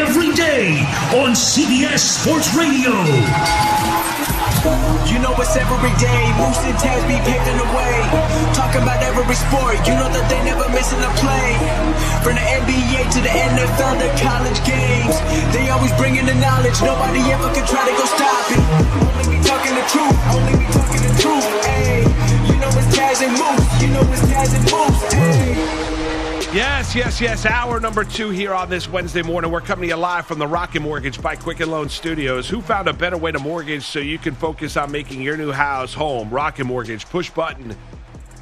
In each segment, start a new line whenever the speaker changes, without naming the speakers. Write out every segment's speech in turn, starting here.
every day on CBS Sports Radio.
You know it's every day. Moose and Taz be paving the way. Talking about every sport. You know that they never missing a play. From the NBA to the NFL, the college games. They always bringing the knowledge. Nobody ever can try to go stop it. Only we talking the truth. Only we talking the truth. Hey, you know it's Taz and Moose. You know it's Taz and Moose. Hey.
Yes, yes, yes. Hour number two here on this Wednesday morning. We're coming to you live from the Rocket Mortgage by Quicken Loan Studios. Who found a better way to mortgage so you can focus on making your new house home? Rocket Mortgage, push button,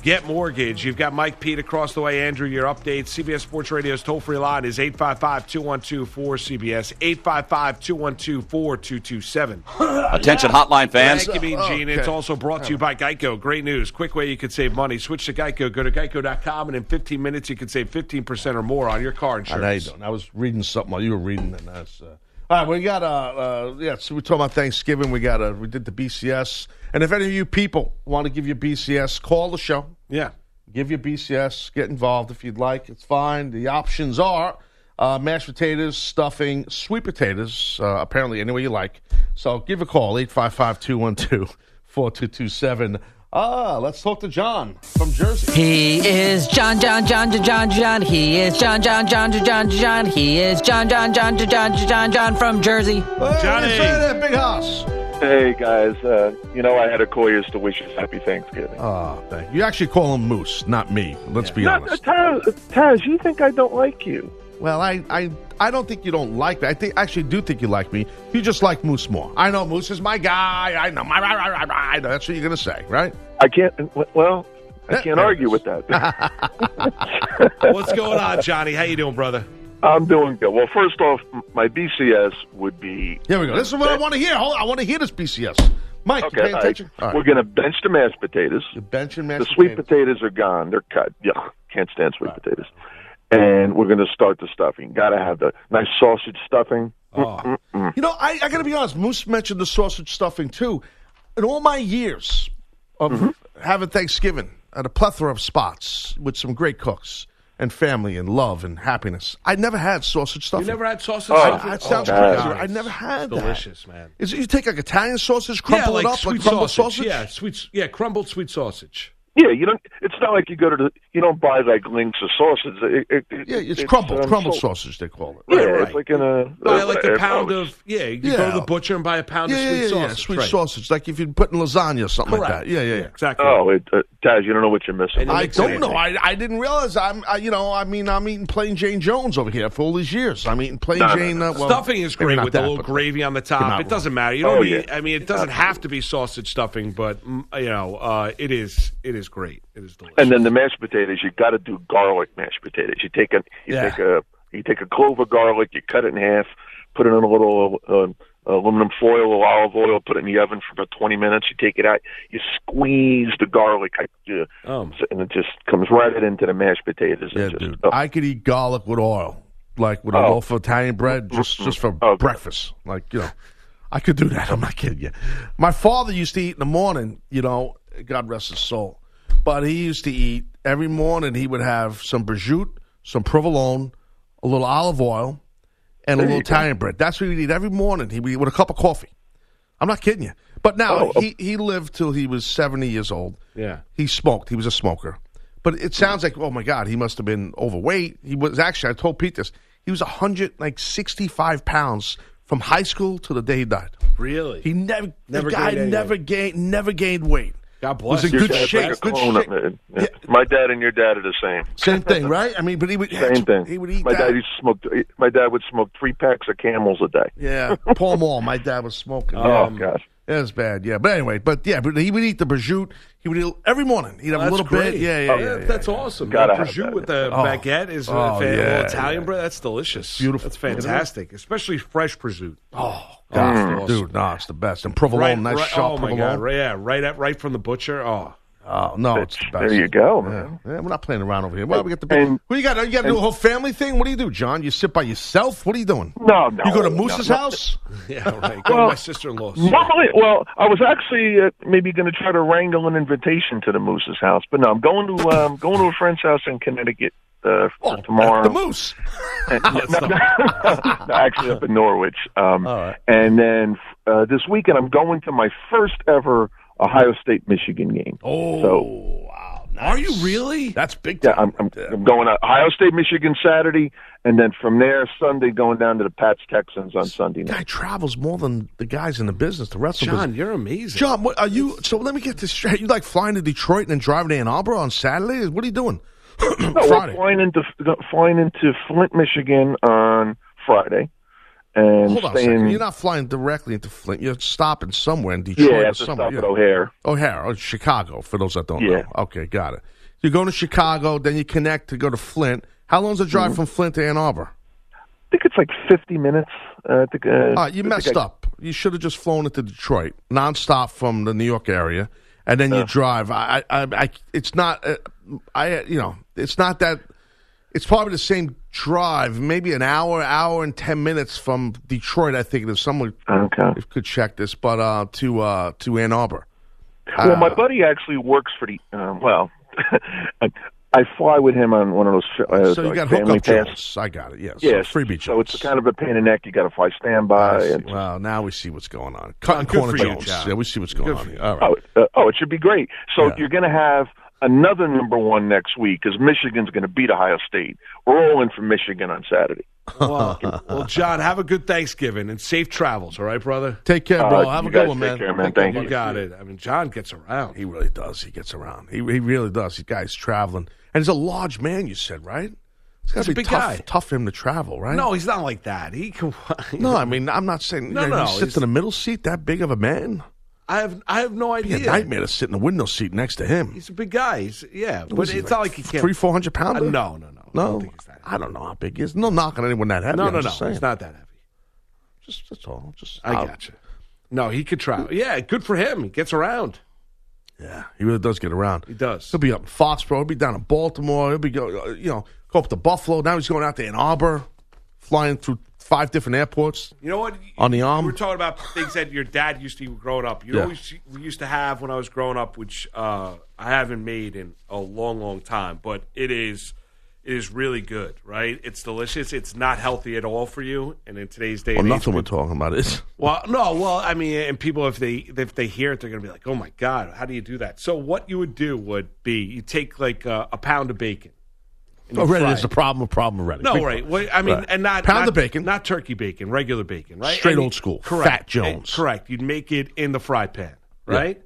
get mortgage. You've got Mike Pete across the way. Andrew, your updates. CBS Sports Radio's toll free line is 855 212 4CBS, 855 212 4227.
Attention hotline fans.
Thank you, Mean
Oh,
Gene. It's also brought to you by Geico. Great news. Quick way you could save money. Switch to Geico. Go to geico.com, and in 15 minutes, you could save 15% or more on your car
I know you
insurance.
don't. I was reading something while you were reading, and that's. Uh, all right, we got uh, uh yeah. So we're talking about Thanksgiving. We got uh, we did the BCS, and if any of you people want to give your BCS, call the show.
Yeah.
Give your BCS, get involved if you'd like. It's fine. The options are uh, mashed potatoes, stuffing, sweet potatoes. Uh, apparently, any way you like. So give a call 855-212-4227. Ah, let's talk to John from Jersey.
He is John, John, John, John, John, John. He is John, John, John, John, John, John. He is John, John, John, John, John, John, John from Jersey.
Hey,
Johnny.
say that big house.
Hey guys, uh, you know I had a call yesterday to wish you happy Thanksgiving.
Oh, thank you. You actually call him Moose, not me. Let's be
Not- uh,
honest.
Taz, Taz, you think I don't like you?
Well, I, I, I don't think you don't like me. I think I actually do think you like me. You just like Moose more. I know Moose is my guy. I know. My, I know. That's what you're gonna say, right?
I can't. Well, I
Yeah,
can't
there it
argue
is.
with that.
What's going on, Johnny? How you doing, brother?
I'm doing good. Well, first off, m- my BCS would be
Here we go. This is what I want to hear. Hold on. I want to hear this BCS. Mike, you
okay.
pay
all right,
attention. All right.
We're gonna bench the mashed potatoes.
the bench and
The
mashed
sweet
potatoes.
potatoes are gone. They're cut. Yeah, can't stand sweet potatoes. And we're gonna start the stuffing. Gotta have the nice sausage stuffing.
Oh. You know, I, I got to be honest. Moose mentioned the sausage stuffing too. In all my years of
Mm-hmm.
having Thanksgiving at a plethora of spots with some great cooks and family and love and happiness, I never had sausage
You
stuffing.
never had sausage?
Oh,
stuffing?
I- it sounds
my
crazy.
God.
I never had
It's
that.
Delicious, man.
Is it, you take like Italian sausage, crumple it up like crumble sausage?
Yeah, sweet. Yeah, crumbled sweet sausage.
Yeah, you don't. It's not like you go to the. You don't buy like links of sausage. It- it- it-
Yeah, it's, crumbled,
um,
crumble
sold-
sausage they call it.
Yeah,
Right,
it's
right.
like in a.
Buy
uh,
Oh, like a
uh,
pound
sandwich.
of yeah. You go
Yeah.
to the butcher and buy a pound
Yeah,
of
yeah,
sweet
yeah, yeah,
sausage.
sweet
right.
sausage, like if you put in lasagna or something like
Correct.
that. Yeah, yeah, yeah.
Exactly.
Oh, it, uh, Taz, you don't know what you're missing.
And it
I
makes
don't
sense.
know. I, I didn't realize I'm. I, you know, I mean, I'm eating plain Jane Jones over here for all these years. I'm eating plain
No, no,
Jane. Uh, well,
stuffing is
maybe
great
not
with
that,
a little
but-
gravy on the
You're
top.
not
It doesn't matter. You
wrong.
don't
Oh,
need,
yeah.
I mean, it doesn't have to be sausage stuffing, but mm, you know, uh, it is. It is great. It is delicious.
And then the mashed potatoes, you got to do garlic mashed potatoes. You take a you
Yeah.
take a you take a clove of garlic, you cut it in half, put it in a little um, aluminum foil or olive oil, put it in the oven for about 20 minutes. You take it out, you squeeze the garlic, uh,
Um.
and it just comes right into the mashed potatoes.
Oh. Yeah,
It's just,
dude.
oh,
I could eat garlic with oil, like with a
Oh.
loaf of Italian
Mm-hmm.
bread, just just for
Oh.
Okay.
breakfast. Like you know, I could do that. I'm not kidding you. My father used to eat in the morning. You know, God rest his soul, but he used to eat every morning. He would have some prosciutto, some provolone, a little olive oil, and a little Italian bread. That's what he would eat every morning. He would eat with a cup of coffee. I'm not kidding you. But now
Oh.
he, he lived till he was seventy years old.
Yeah.
he smoked. He was a smoker. But it sounds like oh my god, he must have been overweight. He was actually. I told Pete this. He was hundred like sixty five pounds from high school to the day he died.
Really?
He never,
Never
the guy
gained any
never gained never gained weight.
God
Was in
bless you.
good
Your dad's
shape.
like a
Good
clone
shape.
of me.
Yeah.
My dad and your dad are the same.
Same thing, right? I mean, but he would
Same thing.
He would eat
my
that.
dad used to smoke. My dad would smoke three packs of Camels a day.
yeah, Paul Mall. My dad was smoking. Um,
Oh God.
That was bad, yeah. But anyway, but yeah, but he would eat the prosciutto. He would eat every morning. He'd have
That's
a little
great.
bit. Yeah, yeah, yeah. yeah,
that's
yeah.
awesome.
Oh, Gotta
The
have
prosciutto
that.
with the
Oh.
baguette is
Oh,
a fan,
yeah,
little Italian bread. That's delicious.
beautiful.
That's fantastic, especially fresh prosciutto.
Oh, God,
Mm.
dude, no, it's the best. And provolone, nice
right,
sharp
oh my
provolone.
god, right, yeah, right, at, right from the butcher. Oh,
Oh no, it's the
There
best.
you go,
Yeah.
man.
Yeah, we're not playing around over here. Well, we got the
And-
What do you got? You got to do a whole family thing. What do you do, John? You sit by yourself? What are you doing?
No, no,
You go to
no,
Moose's
no.
house?
yeah, right. Go to
Well-
my sister-in-law's.
Probably. Well, I was actually uh, maybe going to try to wrangle an invitation to the Moose's house, but no, I'm going to um, going to a friend's house in Connecticut uh, for tomorrow.
Oh, The Moose.
no, no, actually up in Norwich. Um, And then uh, this weekend, I'm going to my first ever Ohio State Michigan game.
Oh,
So
wow. Are you really? That's big
yeah,
time.
I'm, I'm, I'm going to Ohio State Michigan Saturday, and then from there Sunday going down to the Pats Texans on Sunday
guy
night.
travels more than the guys in the business, the wrestling
John,
business.
you're amazing.
John, what are you? So let me get this straight. You like flying to Detroit and then driving to Ann Arbor on Saturday? What are you doing?
No, we're
Friday.
flying into flying into Flint, Michigan on Friday, and
Hold on a
staying.
second. You're not flying directly into Flint. You're stopping somewhere in Detroit
yeah,
or
at the
somewhere.
stop at O'Hare.
O'Hare, or Chicago, for those that don't
Yeah.
know. Okay, got it. You're going to Chicago, then you connect to go to Flint. How long's the
Mm-hmm.
drive from Flint to Ann Arbor?
I think it's like 50 minutes. Uh, I think, uh,
All right,
I
Ah, you
think
messed
I-
up. You should have just flown into Detroit nonstop from the New York area, and then you drive. I, I, I, it's not. Uh, I, you know, it's not that. It's probably the same drive, maybe an hour, hour and ten minutes from Detroit. I think if someone
Okay.
could check this, but uh, to uh, to Ann Arbor.
Well,
Uh,
my buddy actually works for the. Um, well, I, I fly with him on one of those. Uh,
so you
like
got
family
hookup
pass.
jobs. I got it. Yes.
Yes,
So freebie jobs.
So it's kind of a pain in the neck. You got to fly standby.
I see.
And,
Well, now we see what's going on. Cut and
good
corner
for you,
jobs.
John.
Yeah, we see what's going on here. All right.
oh, uh, oh, it should be great. So you're going to have another number one next week because Michigan's going to beat Ohio State. We're all in for Michigan on Saturday.
Well, well, John, have a good Thanksgiving and safe travels. All right, brother.
Take care,
All
bro.
right,
Have
you
a good
guys
one,
take
man.
care, man.
Take care,
Thank
bud.
You got it. I mean, John gets around.
He really does. He gets around. He, he really does. He guy's traveling, and he's a large man. You said right? It's got
He's
to
a
be
big
tough,
guy.
tough for him to travel, right?
no, he's not like that. He can.
no. I mean, I'm not saying.
No,
you know,
no,
You sit
he's-
in the middle seat. That big of a man.
I have I have no
It'd
idea.
Be a nightmare to sit in the window seat next to him.
He's a big guy. He's, yeah, but
Was
it's
he
not like he can't.
Three, four hundred
Uh,
pounder.
no, no, no. I don't
no.
think he's that.
I don't know how big he is. No knock on anyone that heavy.
No,
I'm
no, no.
just saying.
It's not that heavy.
Just that's all. Just
I gotcha. No, he could travel. Yeah, good for him. He gets around.
Yeah, he really does get around.
He does.
He'll be up in Foxborough. He'll be down in Baltimore. He'll be go, uh, you know, go up to Buffalo. Now he's going out to Ann Arbor, flying through five different airports.
You know what?
On the arm?
We're talking about things that your dad used to eat growing up. You
Um, Yeah.
know always we used to have when I was growing up, which uh, I haven't made in a long, long time, but it is it is really good, right? It's delicious. It's not healthy at all for you. And in today's day,
Well,
and age,
nothing we're talking about is.
Well, no, well, I mean, and people if they if they hear it, they're going to be like, "Oh my god, how do you do that?" So what you would do would be you take like a, a pound of bacon. and you
Already,
fry
there's a
it.
problem. A problem already.
No,
Big
right.
problem.
Well, I mean,
Right.
and not
pound
not-
of bacon.
not turkey bacon, regular bacon, right?
Straight
And
old school,
correct,
Fat Jones.
Eh, correct. You'd make it in the fry pan, right?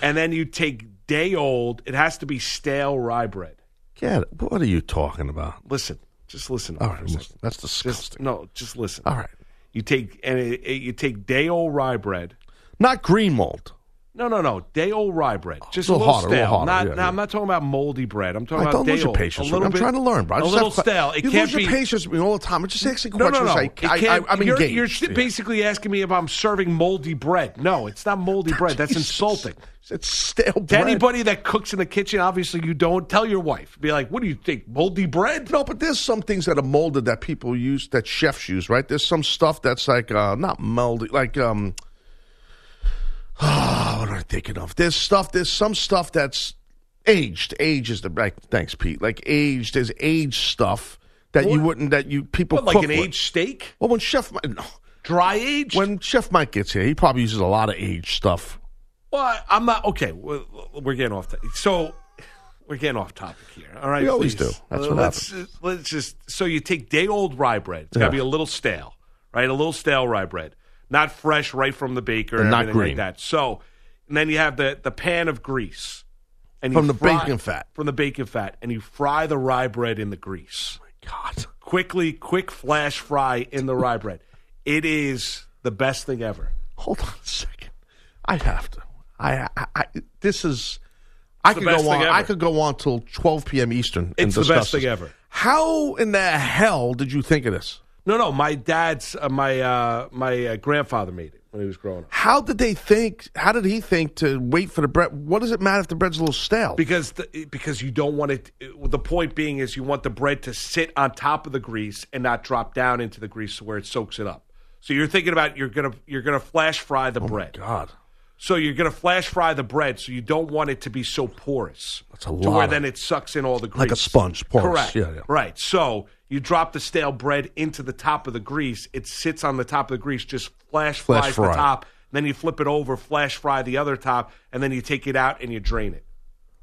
And then you take day old. It has to be stale rye bread.
Get it. What are you talking about?
Listen, just listen. to
All
me
right,
for a second.
listen, that's
just
disgusting.
no, just listen.
All right,
You take and it, it- you take day old rye bread.
not green mold.
No, no, no. Day old rye bread. Just
a
a
little
little,
harder, a
stale.
little harder,
not,
yeah,
no,
yeah.
I'm not talking about moldy bread. I'm talking
I
about
don't
day
lose your
old.
patience.
a
with me.
little
I'm
bit-
trying to learn, bro. I
A
just
little
have que-
stale. It
you
can't
lose your
be.
patience with me all the time. I'm just asking
No, no,
questions.
no.
I,
It
I,
can't-
I, am
you're,
engaged.
you're st-
Yeah.
basically asking me if I'm serving moldy bread. No, it's not moldy bread. That's
Jesus.
insulting.
It's stale
To
bread.
anybody that cooks in the kitchen, obviously you don't. Tell your wife. Be like, what do you think? Moldy bread?
No, but there's some things that are molded that people use that chefs use, right? There's some stuff that's like uh not molded, like um oh, what am I thinking of? There's stuff there's some stuff that's aged. Age is the like thanks, Pete. Like aged, there's aged stuff that you
What?
wouldn't that you people
What, like
cook
an
with.
aged steak?
Well when Chef no.
Dry aged?
When Chef Mike gets here, he probably uses a lot of age stuff.
Well, I'm not okay. We're, we're getting off. To, so we're getting off topic here. All right,
We always
please.
do. That's what
let's, Let's just so you take day old rye bread. It's got to be a little stale, right? A little stale rye bread, not fresh right from the baker, and
not
everything like
green.
that. So, and then you have the the pan of grease, and
From
you
the bacon fat.
from the bacon fat, and you fry the rye bread in the grease
Oh God.
quickly, quick flash fry in the rye bread. It is the best thing ever.
Hold on a second. I have to. I. I, I this is. I
the
could
best
go on.
thing
I
ever.
could go on till 12 p.m. Eastern. and
It's the best
discuss
thing
this.
ever.
How in the hell did you think of this?
No, no, my dad's uh, my uh, my uh, grandfather made it when he was growing up.
How did they think? How did he think to wait for the bread? What does it matter if the bread's a little stale?
because the, because you don't want it. The point being is you want the bread to sit on top of the grease and not drop down into the grease where it soaks it up. So you're thinking about you're gonna you're gonna flash fry the bread.
Oh, God,
So you're gonna flash fry the bread. So you don't want it to be so porous.
That's a
To where
lot
then
of-
it sucks in all the grease
Like a sponge, porous.
Correct.
Yeah, yeah.
Right. So you drop the stale bread into the top of the grease. It sits on the top of the grease. Just flash,
Flash
fries the
fry.
top. Then you flip it over, flash fry the other top, and then you take it out and you drain it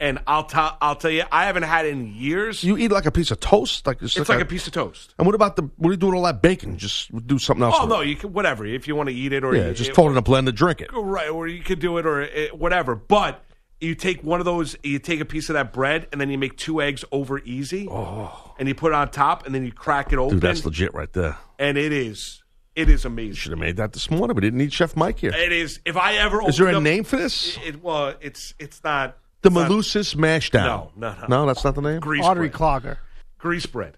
and I'll tell I'll tell you, I haven't had it in years.
you eat like a piece of toast. Like
it's like a piece of toast.
And what about the? What do you do with all that bacon? Just do something else.
Oh
with
no,
it.
you can whatever if you want to eat it or
Yeah,
you,
just
it-
throw it in a blender, drink it.
right, or you could do it or it, whatever. But you take one of those, you take a piece of that bread, and then you make two eggs over easy, and you put it on top, and then you crack it open,
Oh. Dude, that's legit right there.
and it is it is amazing.
Should have made that this morning. We didn't need Chef Mike here.
It is. If I ever
Is there
opened
a
up-
name for this?
It, well, it's it's not
The
it's not
Malusis Mashdown.
No, no, no.
that's not the name.
grease
Audrey
bread.
Clogger.
grease bread.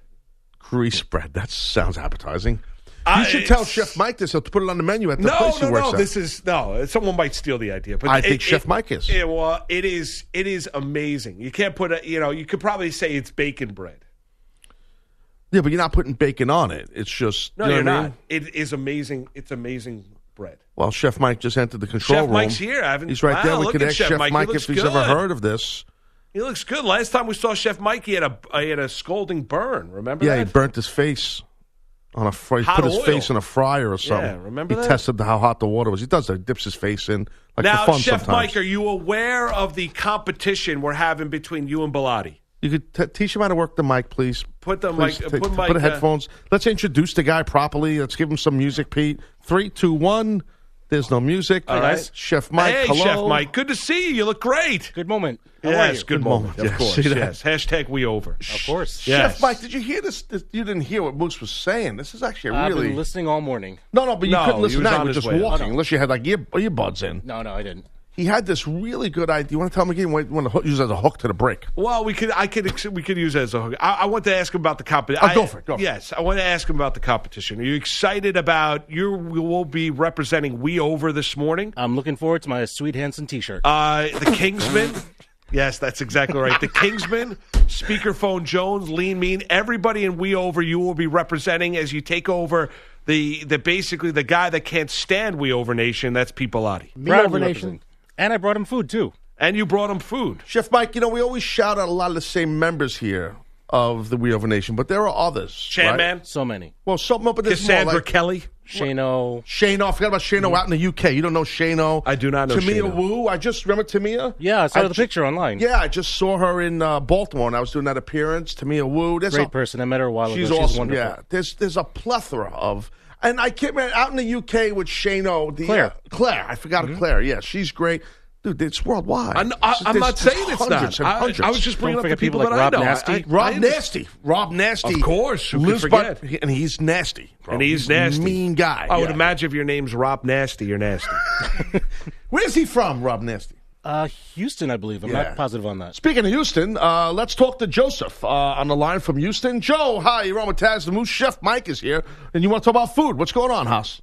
Grease bread. That sounds appetizing.
I-
you should tell
it's-
Chef Mike this. He'll put it on the menu at the
no,
place he
no,
works
no.
at.
This is no. Someone might steal the idea, but
I think Chef Mike is.
Yeah, well, it is. It is amazing. You can't put a. You know, you could probably say it's bacon bread.
yeah, but you're not putting bacon on it. It's just
No,
you know
you're
what I
not.
mean?
It is amazing. It's amazing bread.
Well, Chef Mike just entered the control
Chef
room.
Mike's here. I haven't-
he's right
wow,
there. We
look
can
at
ask
Chef
Chef,
Mike. He
Mike
looks
if he's ever
good.
heard of this.
He looks good. Last time we saw Chef Mike, he had a he had a scalding burn. Remember?
Yeah,
that?
he burnt his face on a fry. He
Hot
put his
oil.
face in a fryer or something.
remember
he
that?
tested how hot the water was. He does that. He dips his face in like
Now,
for fun
Chef
sometimes.
Mike, are you aware of the competition we're having between you and Bilotti?
You could t- teach him how to work the mic, please.
Put the
Please
mic-
t-
put
t-
mic,
put
uh,
the headphones. Let's introduce the guy properly. Let's give him some music, Pete. Three, two, one. There's no music.
All right.
Chef Mike.
Hey,
hello.
Chef Mike. Good to see you. You look great.
Good moment. How
yes,
are you?
good,
Good
moment.
moment.
Of
Yes,
course.
see that?
Yes. Hashtag we over.
Of course.
Yes.
Chef Mike, did you hear this? this- You didn't hear what Moose was saying. This is actually a
I've
really
been listening all morning.
no, no. But you
No,
couldn't
he
listen
was
now. You
on
were
his
just
way.
walking, unless you had like ear earbuds in.
No, no, I didn't.
He had this really good idea. You want to tell him again? Wait, want to hook- use it as a hook to the break?
Well, we could, I could, ex- we could use that as a hook. I, I want to ask him about the competition.
Oh, go for it, go for it.
Yes, I want to ask him about the competition. Are you excited about you? Will be representing We Over this morning.
I'm looking forward to my Sweet Hanson t-shirt.
Uh, the Kingsmen. yes, that's exactly right. The Kingsmen, Speakerphone Jones, Lean Mean, everybody in We Over. You will be representing as you take over the the basically the guy that can't stand We Over Nation. That's Pete Bellotti.
Proudly
Over Nation.
represent. And I brought him food, too.
and you brought him food.
Chef Mike, you know we always shout out a lot of the same members here of the We Over Nation, but there are others.
Chan
right?
Man,
So many.
Well, some up, but there's more,
Cassandra
like-
Kelly.
Shano.
Shano. I forgot about Shano out in the UK. You don't know Shano.
I do not know
Tamia
Shano.
Wu. I just remember Tamia.
Yeah, I saw the
ju-
picture online.
Yeah, I just saw her in uh, Baltimore, and I was doing that appearance. Tamia Wu. There's
Great
a,
person. I met her a while
She's
ago.
awesome.
She's wonderful.
Yeah, there's there's a plethora of, and I can't remember out in the UK with Shano. The,
Claire. Mm-hmm.
uh, Claire. I forgot Claire. Yeah, she's great. Dude, it's worldwide.
I'm, I,
It's- there's-
I'm not
there's
saying it's
hundreds
not.
and
I,
hundreds.
I was just bringing up
Don't
the
forget
people,
people
that
like Rob
I know. I-
Nasty.
I-
Rob
I understand.
Nasty. Rob Nasty.
Of course, who could
Lives by-
forget?
and he's nasty. bro.
And he's
a
nasty.
Mean guy.
I would
Yeah.
imagine if your name's Rob Nasty, you're nasty.
Where's he from, Rob Nasty?
Uh, Houston, I believe. I'm
Yeah.
not positive on that.
Speaking of Houston, uh, let's talk to Joseph uh, on the line from Houston. Joe, hi, you're on with Taz the Moose. Chef Mike is here, and you want to talk about food. What's going on, House?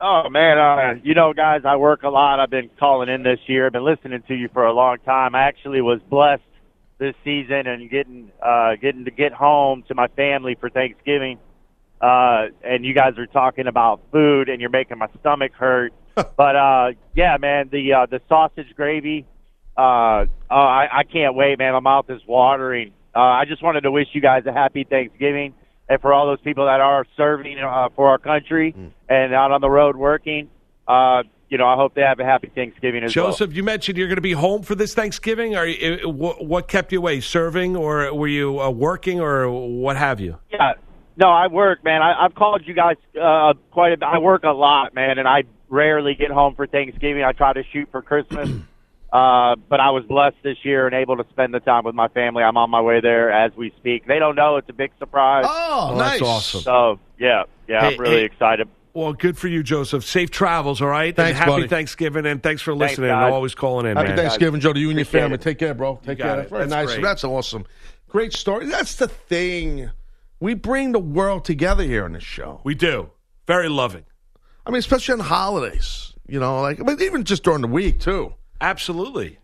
Oh man, uh, you know, guys, I work a lot. I've been calling in this year. I've been listening to you for a long time. I actually was blessed this season and getting uh, getting to get home to my family for Thanksgiving. Uh, and you guys are talking about food, and you're making my stomach hurt. but uh, yeah, man, the uh, the sausage gravy. Uh, oh, I, I can't wait, man. My mouth is watering. Uh, I just wanted to wish you guys a happy Thanksgiving. and for all those people that are serving uh, for our country and out on the road working. Uh, you know, I hope they have a happy Thanksgiving as well.
Joseph, you mentioned you're going to be home for this Thanksgiving. Are you, uh, wh- what kept you away? Serving, or were you uh, working, or what have you?
Yeah. No, I work, man. I, I've called you guys uh, quite a bit. I work a lot, man, and I rarely get home for Thanksgiving. I try to shoot for Christmas. Uh, but I was blessed this year and able to spend the time with my family. I'm on my way there as we speak. They don't know. It's a big surprise.
Oh,
Well, that's nice. awesome.
So, yeah, yeah,
Hey,
I'm really
hey.
excited.
Well, good for you, Joseph. Safe travels, all right?
Thanks,
and happy
buddy.
Thanksgiving, and thanks for
Thanks,
listening
guys.
and always calling in,
Happy
man.
Thanksgiving, Joe, to you and your
Appreciate
family.
it.
Take care, bro. Take
got
care.
it.
Very
That's
nice.
great.
That's awesome. Great story. That's the thing. We bring the world together here on this show.
We do. Very loving.
I mean, especially on holidays. You know, like but even just during the week too.
Absolutely.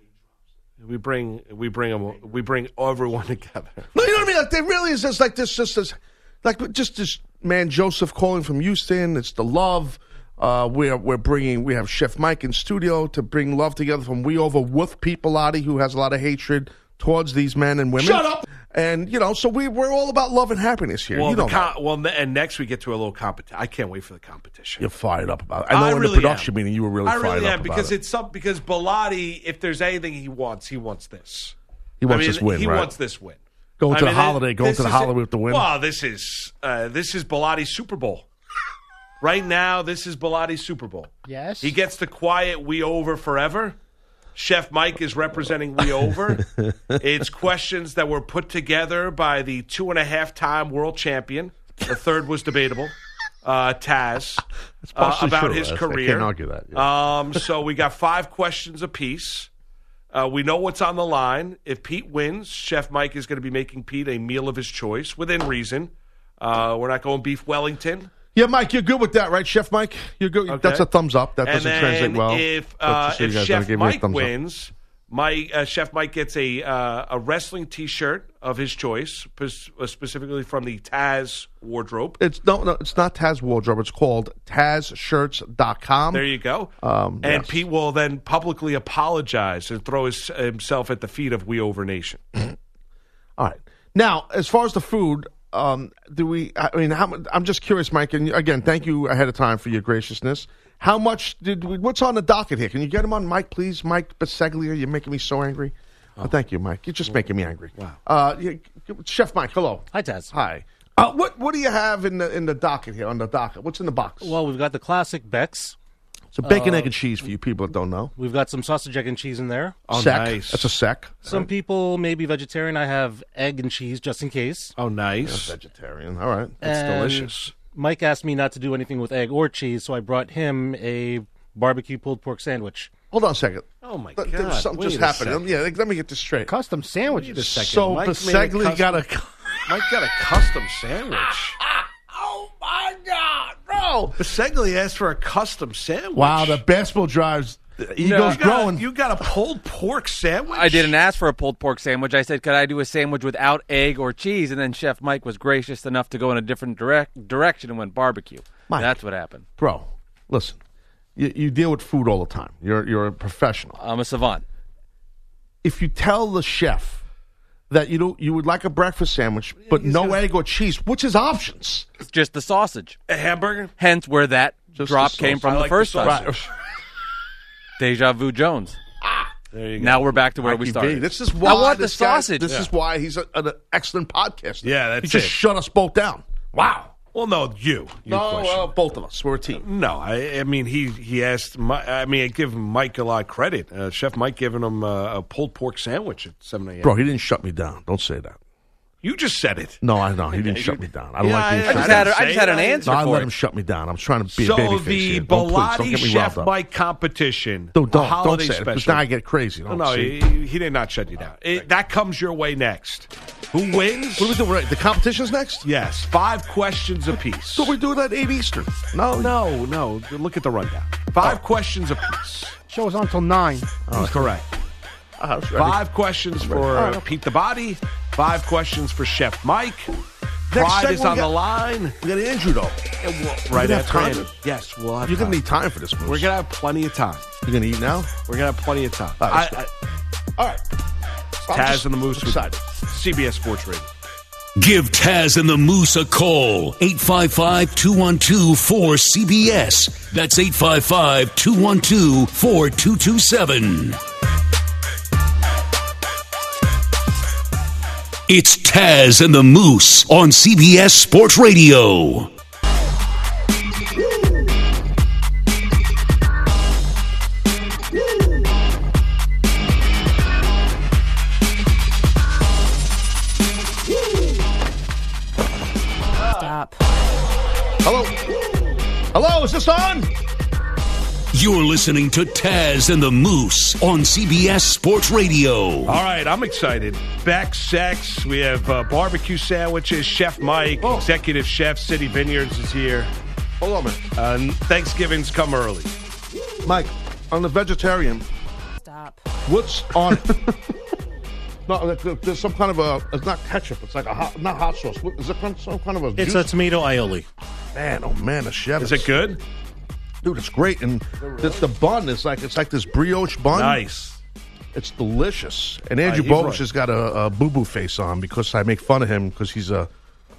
We bring we bring 'em- we bring everyone together.
No, you know what I mean. Like, there really is just like this, just this, like just this man Joseph calling from Houston. It's the love. Uh, we're we're bringing. We have Chef Mike in studio to bring love together from We Over Woof Peopleati, who has a lot of hatred towards these men and women. Shut up. And you know, so we we're all about love and happiness here.
Well,
you
the
know, that.
co- well, ne- and next we get to a little competition. I can't wait for the competition.
you're fired up about. It. I know in
really
the production
am.
meeting you were really
I
fired
really
up
am
about
because
it.
it's some because Bilotti, if there's anything he wants, he wants this.
He wants
I mean,
this win,
He
right?
wants this win.
Going
I
to the
mean,
holiday,
it-
going
this
to the
is
holiday
it.
with the win.
Well, this is uh, this is Bilotti's Super Bowl. right now, this is Bilotti's Super Bowl.
Yes.
He gets the quiet we over forever. Chef Mike is representing we over. it's questions that were put together by the two and a half time world champion. The third was debatable. Uh, Taz uh,
partially
about
true.
his
I- I can't
career.
argue that,
Um, so we got five questions apiece. Uh, we know what's on the line. If Pete wins, Chef Mike is going to be making Pete a meal of his choice within reason. Uh, we're not going beef Wellington.
Yeah, Mike, you're good with that, right, Chef Mike? You're good. That's a thumbs up. That
and
doesn't
then
translate well.
If,
But
uh,
just so you guys
if
know, I
Chef
gave you a
Mike
thumbs up.
wins, my uh, Chef Mike gets a uh, a wrestling T-shirt of his choice, pers- uh, specifically from the Taz wardrobe.
It's no, no, it's not Taz Wardrobe. It's called TazShirts.com.
There you go.
Um,
and
yes.
Pete will then publicly apologize and throw his, himself at the feet of We Over Nation.
All right. Now, as far as the food, um, do we? I mean, how, mu- I'm just curious, Mike. And again, thank you ahead of time for your graciousness. How much did? We, what's on the docket here? Can you get him on, Mike? Please, Mike Baseglia. You're making me so angry. Oh, thank you, Mike. You're just making me angry. Wow. Uh, yeah, Chef Mike, hello.
Hi, Taz.
Hi. Uh, what What do you have in the in the docket here on the docket? What's in the box?
Well, we've got the classic Bex.
it's a
Uh,
bacon, egg, and cheese for you people that don't know.
We've got some sausage, egg, and cheese in there.
Oh,
sec.
nice.
That's a sec.
Some people may be vegetarian. I have egg and cheese just in case.
Oh, nice.
Vegetarian. All right.
That's
And
delicious.
Mike asked me not to do anything with egg or cheese, so I brought him a barbecue pulled pork sandwich.
Hold on a second.
Oh my
Th-
god!
there was something
Wait
just
a
happened.
second.
Yeah, let- let me get this straight.
Custom sandwich this second.
So
Mike made a
Baseglia
custom-
got a.
Mike got a custom sandwich.
Oh my God, bro!
Basegli asked for a custom sandwich.
Wow, the basketball drives. The Eagles
You got a-
growing.
You got a pulled pork sandwich.
I didn't ask for a pulled pork sandwich. I said, could I do a sandwich without egg or cheese? And then Chef Mike was gracious enough to go in a different direct direction and went barbecue.
Mike.
That's what happened.
Bro, listen. You, you deal with food all the time. You're you're a professional. Uh,
I'm a savant.
If you tell the chef that you do, you would like a breakfast sandwich, but no egg or cheese, what's his options?
It's just the sausage.
a hamburger.
Hence where that
Just
drop
the
came
sauce.
from
I
the
like the
first
sauce.
time. Deja vu Jones.
There you go.
Now we're back to where we
Mikey B,
started.
This is why
I want the
this guy-
sausage.
this is why he's a, an excellent podcaster.
Yeah, that's
he just
it.
shut us both down. Wow.
well, no, you. you
No,
question.
well, both of us. We're a team.
No, I, I mean he he asked. My, I mean, I give Mike a lot of credit. Uh, Chef Mike giving him uh, a pulled pork sandwich at seven a.m.
Bro, he didn't shut me down. Don't say that.
you just said it.
No, I know he didn't shut me down. I don't
Yeah,
like. being
I
I
shut
just
down.
had, a, I just had an answer
No, I
for
let
it.
him shut me down. I'm trying to be
so
a baby face
the
here. Don't, please, don't
Bilotti
get me
Chef
riled up.
Mike competition,
Don't
a
don't, don't
holiday
say it because
special.
now I get crazy.
no,
Don't
no,
see?
he, he did not shut you down. It- that comes your way next. Who wins?
what do we do? Right, the competition's next.
Yes, five questions apiece.
So we do that eight Eastern. No, Oh.
no, no. Look at the rundown. Five questions apiece.
Show is on till nine.
Correct.
Uh,
Five questions for
All right.
Pete the Body. Five questions for Chef Mike. Pride is
segment,
on
we got-
the line.
we got Andrew though.
And we'll- right
gonna have
after
time?
Andrew. Yes, we'll have
You're gonna
time.
need time for this. Moose.
We're gonna have plenty of time.
you gonna eat now.
We're gonna have plenty of time.
All right,
I-
All right.
I-
I'm
Taz
just
and the Moose with
excited.
CBS Sports Radio.
Give Taz and the Moose a call. 855 212 4CBS. That's 855 212 4227. It's Taz and the Moose on CBS Sports Radio.
Stop. Hello? Hello, is this on?
You're listening to Taz and the Moose on CBS Sports Radio.
All right, I'm excited. Beck Sex, we have uh, barbecue sandwiches. Chef Mike, executive chef, City Vineyards is here.
Oh. Hold on a minute.
Uh, Thanksgiving's come early.
Mike, on the vegetarian. Stop. What's on it? no, there- there- there's some kind of a. It's not ketchup. It's like a hot, not hot sauce. What- Is it kind- some kind of a?
It's
juice?
a tomato aioli.
Man, oh man, a chef.
Is it
good?
Dude, it's great, and it's the bun. It's like it's like this brioche bun.
Nice.
It's delicious. And
Uh,
Andrew
he's
Bogus
right.
has got a, a boo boo face on because I make fun of him because he's a,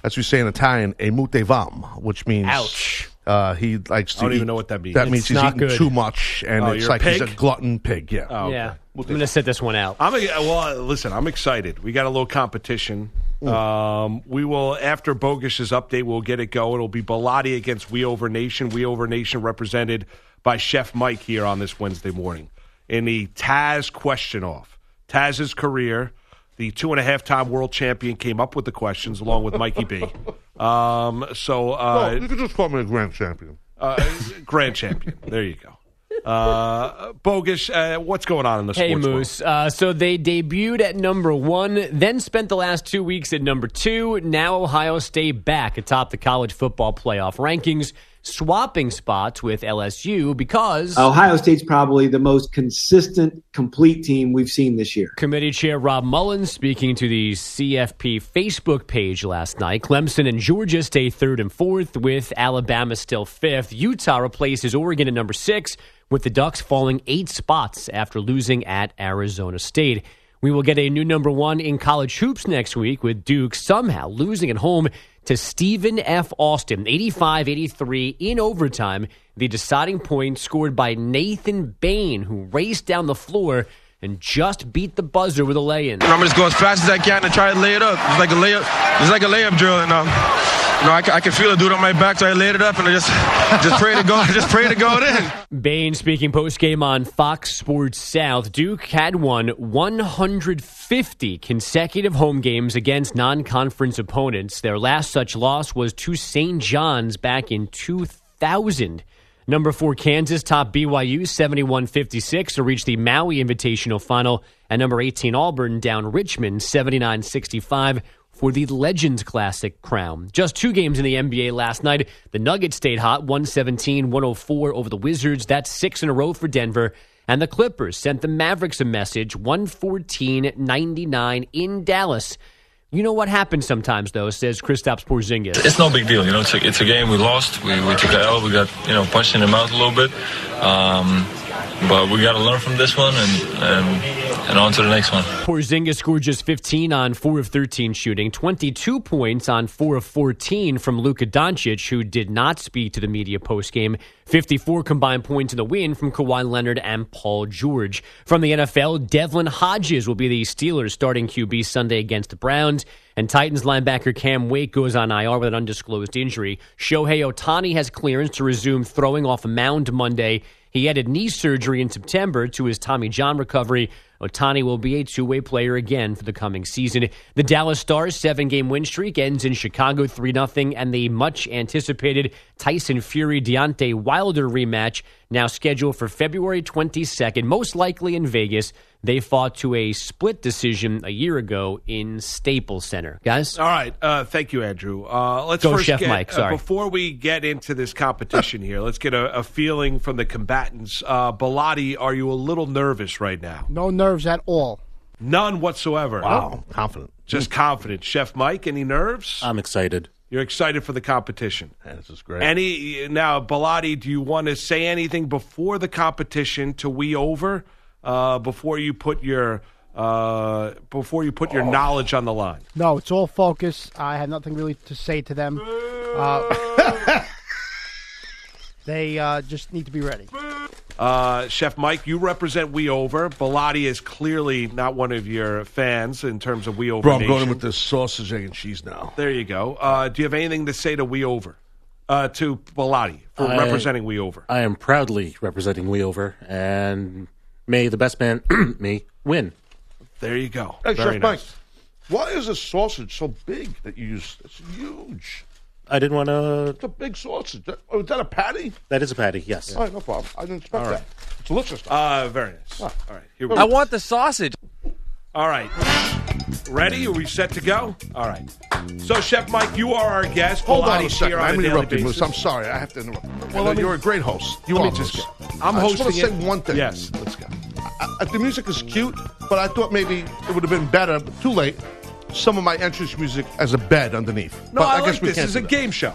as we say in Italian, a mute vam, which means
Ouch.
Uh, he likes
I
to.
don't even
eat-
know what that means.
That means
It's
he's
not
eating
good.
too much, and
Oh,
it's
you're a
like he's a
pig?
glutton pig. Yeah.
Oh, okay.
yeah. I'm going to sit this one out.
I'm a, well. Listen, I'm excited. We got a little competition.
Mm.
Um, we will after Bogus's update, we'll get it going. It'll be Bilotti against We Over Nation. We Over Nation represented by Chef Mike here on this Wednesday morning in the Taz question off. Taz's career, the two and a half time world champion, came up with the questions along with Mikey B. Um, so uh,
No, you can just call me a grand champion.
uh, grand champion. There you go. Uh, Bogus, uh, what's going on in the
Hey
sports world?
Moose. Uh, so they debuted at number one, then spent the last two weeks at number two. Now Ohio State back atop the college football playoff rankings, swapping spots with LSU because
Ohio State's probably the most consistent, complete team we've seen this year.
Committee Chair Rob Mullins speaking to the CFP Facebook page last night. Clemson and Georgia stay third and fourth, with Alabama still fifth. Utah replaces Oregon at number six, with the Ducks falling eight spots after losing at Arizona State. We will get a new number one in college hoops next week, with Duke somehow losing at home to Stephen F. Austin, 85 83 in overtime. The deciding point scored by Nathan Bain, who raced down the floor and just beat the buzzer with a lay in.
And I'm just going as fast as I can and try to lay it up. It's like a layup. It's like a layup drill, and um, you know, I, ca- I can feel a dude on my back, so I laid it up, and I just, just pray to God, just pray to God in.
Bain speaking post game on Fox Sports South. Duke had won 150 consecutive home games against non conference opponents. Their last such loss was to St. John's back in 2000. Number four, Kansas, top BYU 71 56 to reach the Maui Invitational Final. And number 18, Auburn, down Richmond 79 65 for the Legends Classic crown. Just two games in the NBA last night. The Nuggets stayed hot, 117 104 over the Wizards. That's six in a row for Denver. And the Clippers sent the Mavericks a message, 114 99 in Dallas. You know what happens sometimes, though, says Kristaps Porzingis.
It's no big deal, you know. It's a, it's a game we lost. We, we took a L. We got you know punched in the mouth a little bit, um, but we got to learn from this one and, and and on to the next one.
Porzingis scored just 15 on 4 of 13 shooting, 22 points on 4 of 14 from Luka Doncic, who did not speak to the media postgame. 54 combined points in the win from Kawhi Leonard and Paul George. From the NFL, Devlin Hodges will be the Steelers starting QB Sunday against the Browns. And Titans linebacker Cam Wake goes on IR with an undisclosed injury. Shohei Otani has clearance to resume throwing off a mound Monday. He added knee surgery in September to his Tommy John recovery. Otani will be a two way player again for the coming season. The Dallas Stars' seven game win streak ends in Chicago 3 0, and the much anticipated Tyson Fury Deontay Wilder rematch now scheduled for February 22nd, most likely in Vegas. They fought to a split decision a year ago in Staples Center. Guys?
All right. Uh, thank you, Andrew. Uh, let's
Go
first
Chef
get,
Mike,
uh,
sorry.
before we get into this competition here, let's get a, a feeling from the combatants. Uh, Bilotti, are you a little nervous right now?
No nerves at all.
None whatsoever.
Wow.
Confident. Just confident. Chef Mike, any nerves?
I'm excited.
You're excited for the competition.
this is
great.
Any now, Bilotti, do you want to say anything before the competition to we over? Uh, before you put your uh, before you put your
Oh.
knowledge on the line?
No, it's all focus. I have nothing really to say to them. Uh, they uh, just need to be ready.
Uh, Chef Mike, you represent We Over. Bilotti is clearly not one of your fans in terms of We Over.
Bro, I'm
Nation.
going with this sausage, egg, and cheese now.
There you go. Uh, do you have anything to say to We Over? Uh, to Bilotti for
I-
representing We Over.
I am proudly representing We Over, and may the best man, me, win.
There you go.
Hey,
Very
Chef
nice.
Mike, why is a sausage so big that you use? It's huge.
I didn't want to.
It's a big sausage. That- oh, is that a patty?
That is a patty, yes.
All right, no problem. I didn't expect
All right.
that. It's delicious. Ah.
Uh, very nice. All right, here we go.
I want the sausage.
All right. Ready? Are we set to go? All right. So, Chef Mike, you are our guest.
Hold on a
Bilotti's
second.
here on
I'm
a daily
interrupting,
basis.
Moose. I'm sorry. I have to interrupt.
Well,
Well,
let me-
you're a great host. You
let
are
me just
Moose. I
get- I'm
just want
hosting
to
it.
say one thing.
Yes, let's go.
I, I, the music is cute, but I thought maybe it would have been better. But too late. Some of my entrance music as a bed underneath.
No,
But
I,
guess
like
we
this.
can't
This is
do
a
that.
game show.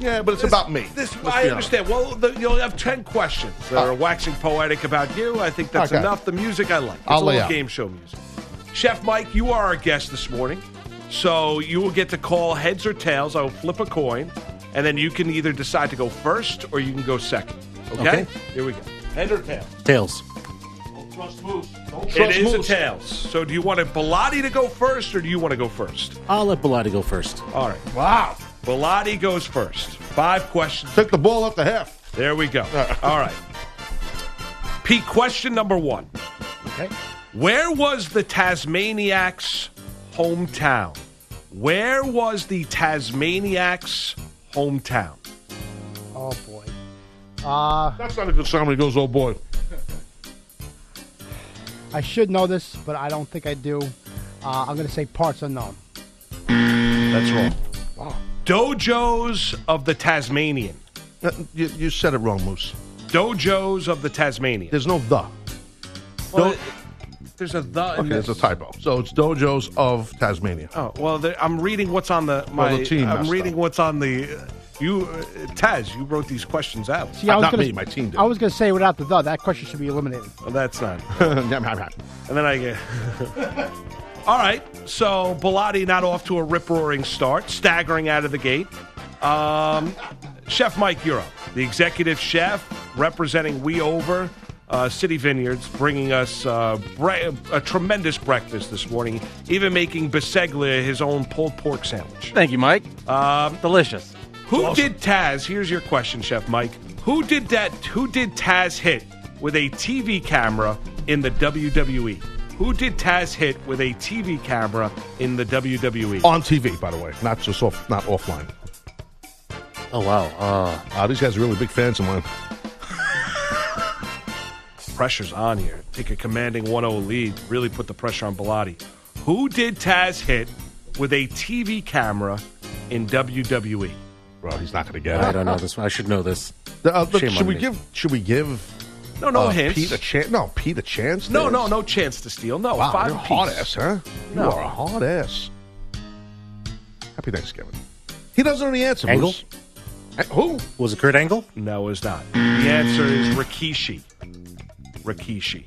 Yeah, but it's
This-
about me.
This
Let's
I
be honest. Uh,
understand. Well, the, you'll have ten questions that are waxing poetic about you. I think that's
Okay.
enough. The music I like. It's
I'll
a
lay
little
out.
game show music. Chef Mike, you are our guest this morning, so you will get to call heads or tails. I will flip a coin, and then you can either decide to go first or you can go second. Okay.
Okay.
Here we go. Head or tails.
Tails.
It
trust
is a
moves.
tails. So, do you want a Bilotti to go first, or do you want to go first?
I'll let Bilotti go first.
All right. Wow. Bilotti goes first. Five questions.
Took the ball up the half.
There we go. All right. Pete, question number one.
Okay.
Where was the Tasmaniac's hometown? Where was the Tasmaniac's hometown?
Oh boy. Uh,
That's not a good sound when he goes, oh boy.
I should know this, but I don't think I do. Uh, I'm going to say parts unknown.
That's wrong. Dojos of the Tasmanian.
Uh, You, you said it wrong, Moose.
Dojos of the Tasmanian.
There's no the.
Well, there's a the.
Okay,
in
it's
this.
a typo. So it's dojos of Tasmania.
Oh well, there, I'm reading what's on the my.
the team
I'm
messed
reading what's on the. Uh, you, uh, Taz, you wrote these questions out. Uh,
See, I was gonna,
team did.
I was going to say without the duh, that question should be eliminated.
Well, that's not.
All
And then I get. All right, so Bilotti not off to a rip roaring start, staggering out of the gate. Um, chef Mike Euro, the executive chef representing We Over uh, City Vineyards, bringing us uh, bre- a tremendous breakfast this morning, even making Biseglia his own pulled pork sandwich.
Thank you, Mike.
Um,
Delicious.
Who did Taz? Here's your question, Chef Mike. Who did that? Who did Taz hit with a TV camera in the WWE? Who did Taz hit with a TV camera in the E? WWE?
On TV, by the way, not just off, not offline.
Oh, wow. Uh,
Uh, these guys are really big fans of mine.
Pressure's on here. Take a commanding 1-0 lead. Really put the pressure on Bilotti. Who did Taz hit with a TV camera in E? WWE?
Bro, he's not going to get it.
I don't know this one. I should know this.
The- uh, look,
Shame
should
on
we
me.
give? Should we give?
No, no
uh,
hints.
Pete a chance. No, Pete a chance.
no,
there?
no, no chance to steal. No,
Wow,
five
you're a hot
apiece.
ass, huh?
No.
You are a hot ass. Happy Thanksgiving. He doesn't know the answer.
Angle?
Moose. Uh, Who?
Was it Kurt Angle?
No, it's not. The answer is Rikishi. Rikishi.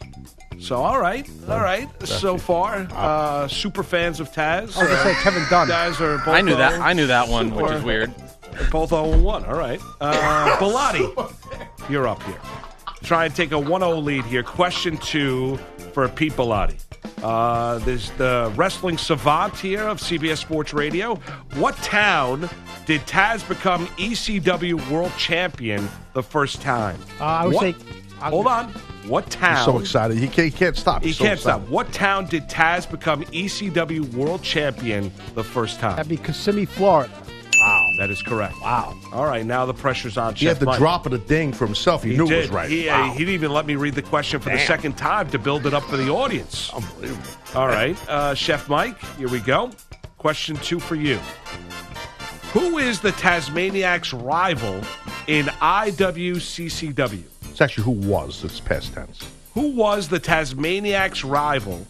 So, all right, all right. So far, uh, super fans of Taz.
I was going to say Kevin Dunn.
guys are both.
I knew that.
on-
I knew that one, which
Super.
is weird.
Both 0 1. All right. Uh, Bilotti, you're up here. Try and take a 1 0 lead here. Question two for Pete Bilotti. Uh, there's the wrestling savant here of CBS Sports Radio. What town did Taz become ECW world champion the first time?
Uh, I would
What-
say-
Hold on. What town?
He's so excited. He can't, he can't stop.
He
He's so
can't stop.
excited.
What town did Taz become ECW world champion the first time?
That'd be Kissimmee, Florida.
wow. That is correct. Wow. All right, now the pressure's on.
He had the
Mike.
drop of the ding for himself. He,
He
knew
did.
it was right.
He, uh,
Wow.
he didn't even let me read the question for the
Damn.
second time to build it up for the audience.
Unbelievable.
All right, uh, Chef Mike, here we go. Question two for you. Who is the Tasmaniac's rival in IWCCW?
It's actually who was. It's past tense.
Who was the Tasmaniac's rival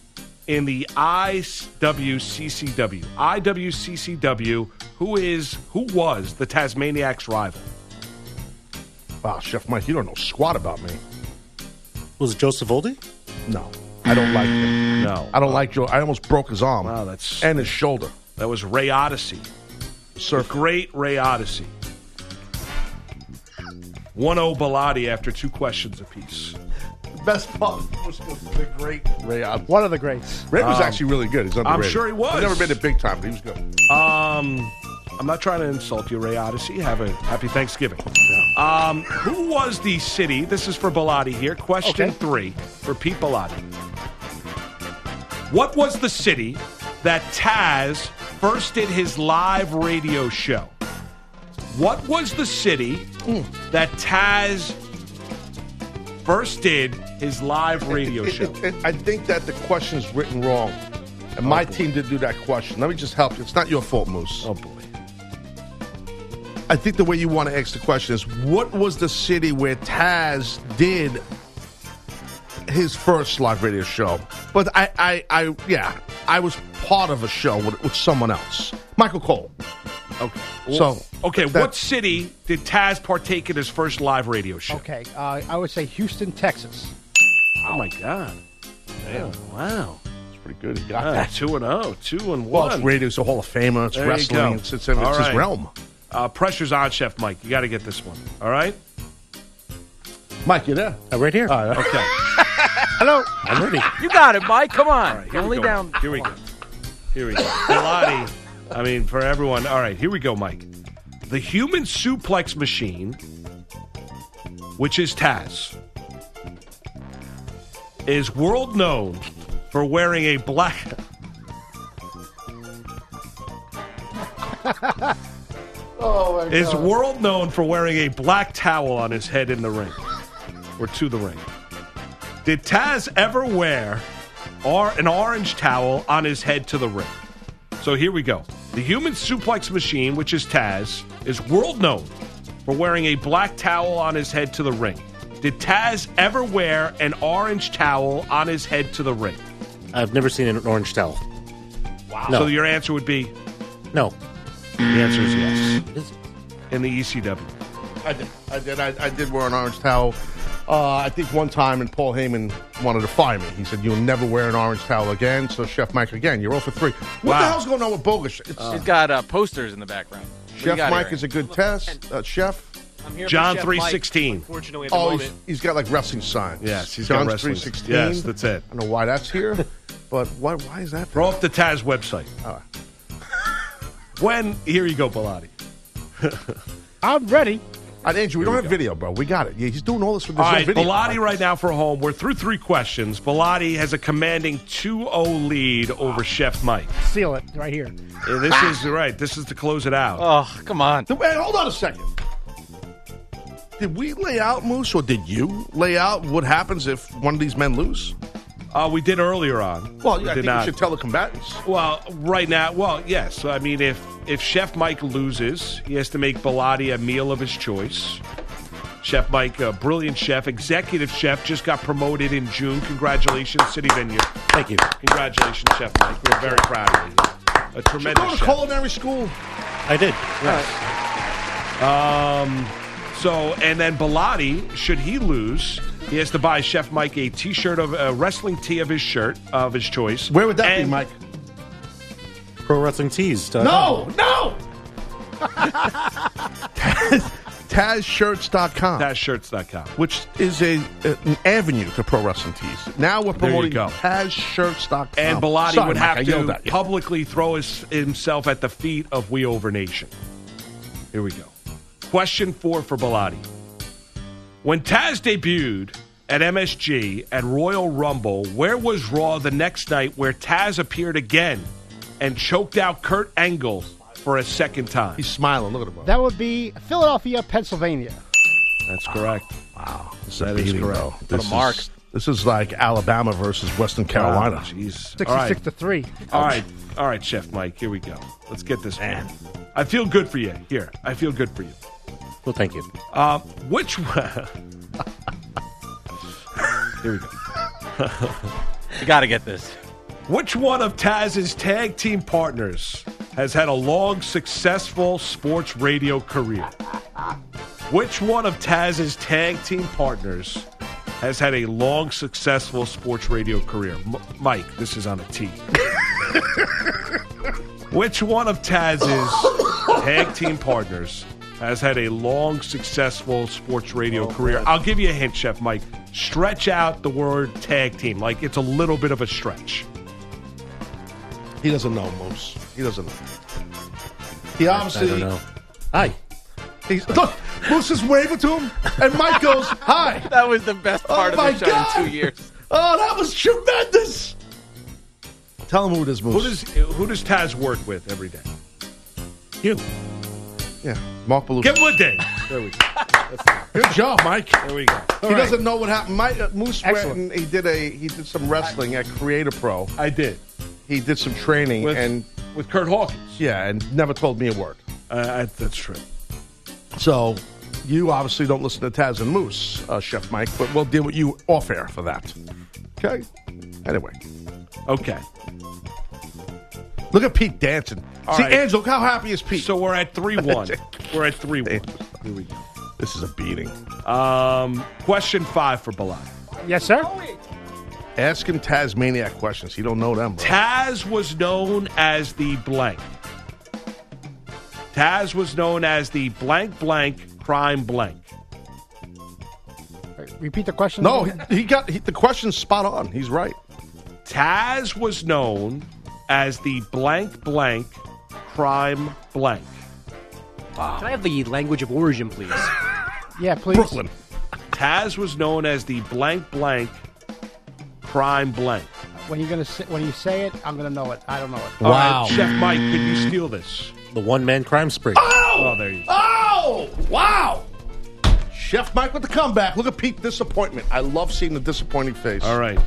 in the IWCCW? IWCCW. Who is who was the Tasmaniac's rival?
Wow, Chef Mike, you don't know squat about me.
Was it Joseph Oldie?
No. I don't like him.
No.
I don't like Joe. I almost broke his arm.
Wow, that's
and his shoulder.
That was Ray Odyssey.
Sir.
great Ray Odyssey. 1 0 Bilotti after two questions apiece.
Best part was the great Ray. Odyssey.
One of the greats.
Ray was
Um,
actually really good. He's
I'm
underrated.
sure he was.
He's never been to big time, but he was good.
Um, I'm not trying to insult you, Ray Odyssey. Have a happy Thanksgiving. Um, who was the city? This is for Bilotti here. Question three for Pete Bilotti. What was the city that Taz first did his live radio show? What was the city
Hmm.
that Taz first did his live radio
It-
show?
it- it- I think that the question is written wrong. And
Oh,
my team did do that question. Let me just help you. It's not your fault, Moose. Oh,
boy.
I think the way you want to ask the question is what was the city where Taz did his first live radio show? But I, I, I yeah, I was part of a show with, with someone else. Michael Cole.
Okay.
So,
okay,
that-
what city did Taz partake in his first live radio show?
Okay, uh, I would say Houston, Texas.
Oh my God! Damn! Wow!
It's pretty good. He got
Ah,
that.
two and oh, two and
Well,
one.
it's radio, it's a Hall of Famer, it's
There you go.
wrestling, it's, it's, it's
All
his
right.
realm.
Uh, pressure's on, Chef Mike. You got to get this one. All right.
Mike, you there?
Uh, right here.
Okay.
Hello. I'm ready.
You got it, Mike. Come
Here
on. You're
we
only
go.
down.
Here we go. Here we go. Pilati. I mean, for everyone. All right, here we go, Mike. The human suplex machine, which is Taz, is world known for wearing a black.
Oh, my
Is world known for wearing a black towel on his head in the ring or to the ring. Did Taz ever wear or an orange towel on his head to the ring? So here we go. The human suplex machine, which is Taz, is world known for wearing a black towel on his head to the ring. Did Taz ever wear an orange towel on his head to the ring?
I've never seen an orange towel.
Wow.
No.
So your answer would be
No.
the answer is yes. In the E ECW.
I did. I did. I, I did wear an orange towel. Uh, I think one time, and Paul Heyman wanted to fire me. He said, "You'll never wear an orange towel again." So, Chef Mike, again, you're all for three. What the
Wow.
hell's going on with Bogus? It's,
He's got uh, posters in the background. What do you
Chef
got
Mike
here?
is a good test. Uh, chef.
John three sixteen.
Unfortunately,
Oh, he's- he's got like wrestling signs.
Yes, he's got
John's
wrestling-
three sixteen.
yes, that's it.
I don't know why that's here, but why? Why is that? there?
Throw off the Taz website.
All right.
When here you go, Pilati.
I'm ready.
All right, Andrew, we
Here
don't
we
have
go.
video, bro. We got it. Yeah, he's doing all this with
All
his own
right,
video.
Bilotti right now for home. We're through three questions. Bilotti has a commanding 2-0 lead over Chef Mike.
Seal it right here.
Uh, This is right. This is to close it out.
Oh, come on.
Th- Wait, hold on a second. Did we lay out Moose, or did you lay out what happens if one of these men lose?
Uh, we did earlier on.
Well,
we
yeah, I
did
think
not.
you should tell the combatants.
well, right now, well, yes. I mean, if if Chef Mike loses, he has to make Bilotti a meal of his choice. Chef Mike, a brilliant chef, executive chef, just got promoted in June. Congratulations, City Vineyard.
Thank you.
Congratulations, Chef Mike. We're very proud of you. A
Should
tremendous
go to
chef.
culinary school.
I did. Yes.
Um, so, and then Bilotti, should he lose, he has to buy Chef Mike a T-shirt of a wrestling tee of his shirt of his choice.
Where would that be,
And-
Mike?
Pro Wrestling Tees.
uh,
No, no. TazShirts.com,
TazShirts.com.
which is a an avenue to pro wrestling tees. Now we're
There you
promoting
go.
TazShirts.com.
And Bilotti
Oh, Sorry,
would
Mike, I
have
yelled
to
at you.
publicly throw his, himself at the feet of We Over Nation. Here we go. Question four for Bilotti. When Taz debuted at MSG at Royal Rumble, where was Raw the next night where Taz appeared again and choked out Kurt Angle for a second time?
He's smiling. Look at him.
That would be Philadelphia, Pennsylvania.
That's correct.
Wow, this
That
is
is
beating,
correct.
bro.
What
a
This
mark.
Is, this is like Alabama versus Western Carolina.
Wow, Jeez.
Sixty-six
All right.
to three.
All right. All right, Chef Mike. Here we go. Let's get this man. I feel good for you. Here. I feel good for you.
Well, thank you.
Uh, which one? Here we go.
You got to get this.
Which one of Taz's tag team partners has had a long, successful sports radio career? Which one of Taz's tag team partners has had a long, successful sports radio career. M- Mike, this is on a T. Which one of Taz's tag team partners has had a long, successful sports radio career? I'll give you a hint, Chef Mike. Stretch out the word tag team. Like it's a little bit of a stretch.
He doesn't know, Moose. He doesn't know. He obviously. oh
I don't know.
Hi. He's, look, Moose is waving to him, and Mike goes, Hi.
That was the best part
oh my
of the show
God.
in two years.
Oh, that was tremendous. Tell him who it is, Moose.
Who does who does Taz work with every day? You.
Yeah, Mark Belushi.
Give him a day.
There we go. Good job, Mike.
There we go.
he doesn't know what happened. Mike, uh, Moose went and he did a he did some wrestling at Creator Pro.
I did.
He did some training
With-
and
with Kurt Hawkins.
Yeah, and never told me a word.
Uh, that's true.
So you obviously don't listen to Taz and Moose, uh, Chef Mike, but we'll deal with you off air for that. Okay. Anyway,
Okay.
look at Pete dancing.
All
See,
right.
Angelo, how happy is Pete?
So we're at three one. We're at three one.
Here we go. This is a beating.
Um, question five for Bilal.
Yes, sir.
Ask him Tasmaniac questions. He don't know them. Bro.
Taz was known as the blank. Taz was known as the blank blank crime blank.
Repeat the question.
No,
again.
he, he got he, the question's spot on. He's right.
Taz was known as the blank blank crime blank.
Can I have the language of origin, please?
Yeah, please.
Brooklyn.
Taz was known as the blank blank crime blank.
When you're gonna say, when you say it, I'm gonna know it. I don't know it.
All right,
Wow.
Chef Mike, could you steal this?
The one man crime spree.
Oh, there you go.
Oh, wow. Chef Mike with the comeback. Look at Pete disappointment. I love seeing the disappointing face.
All right.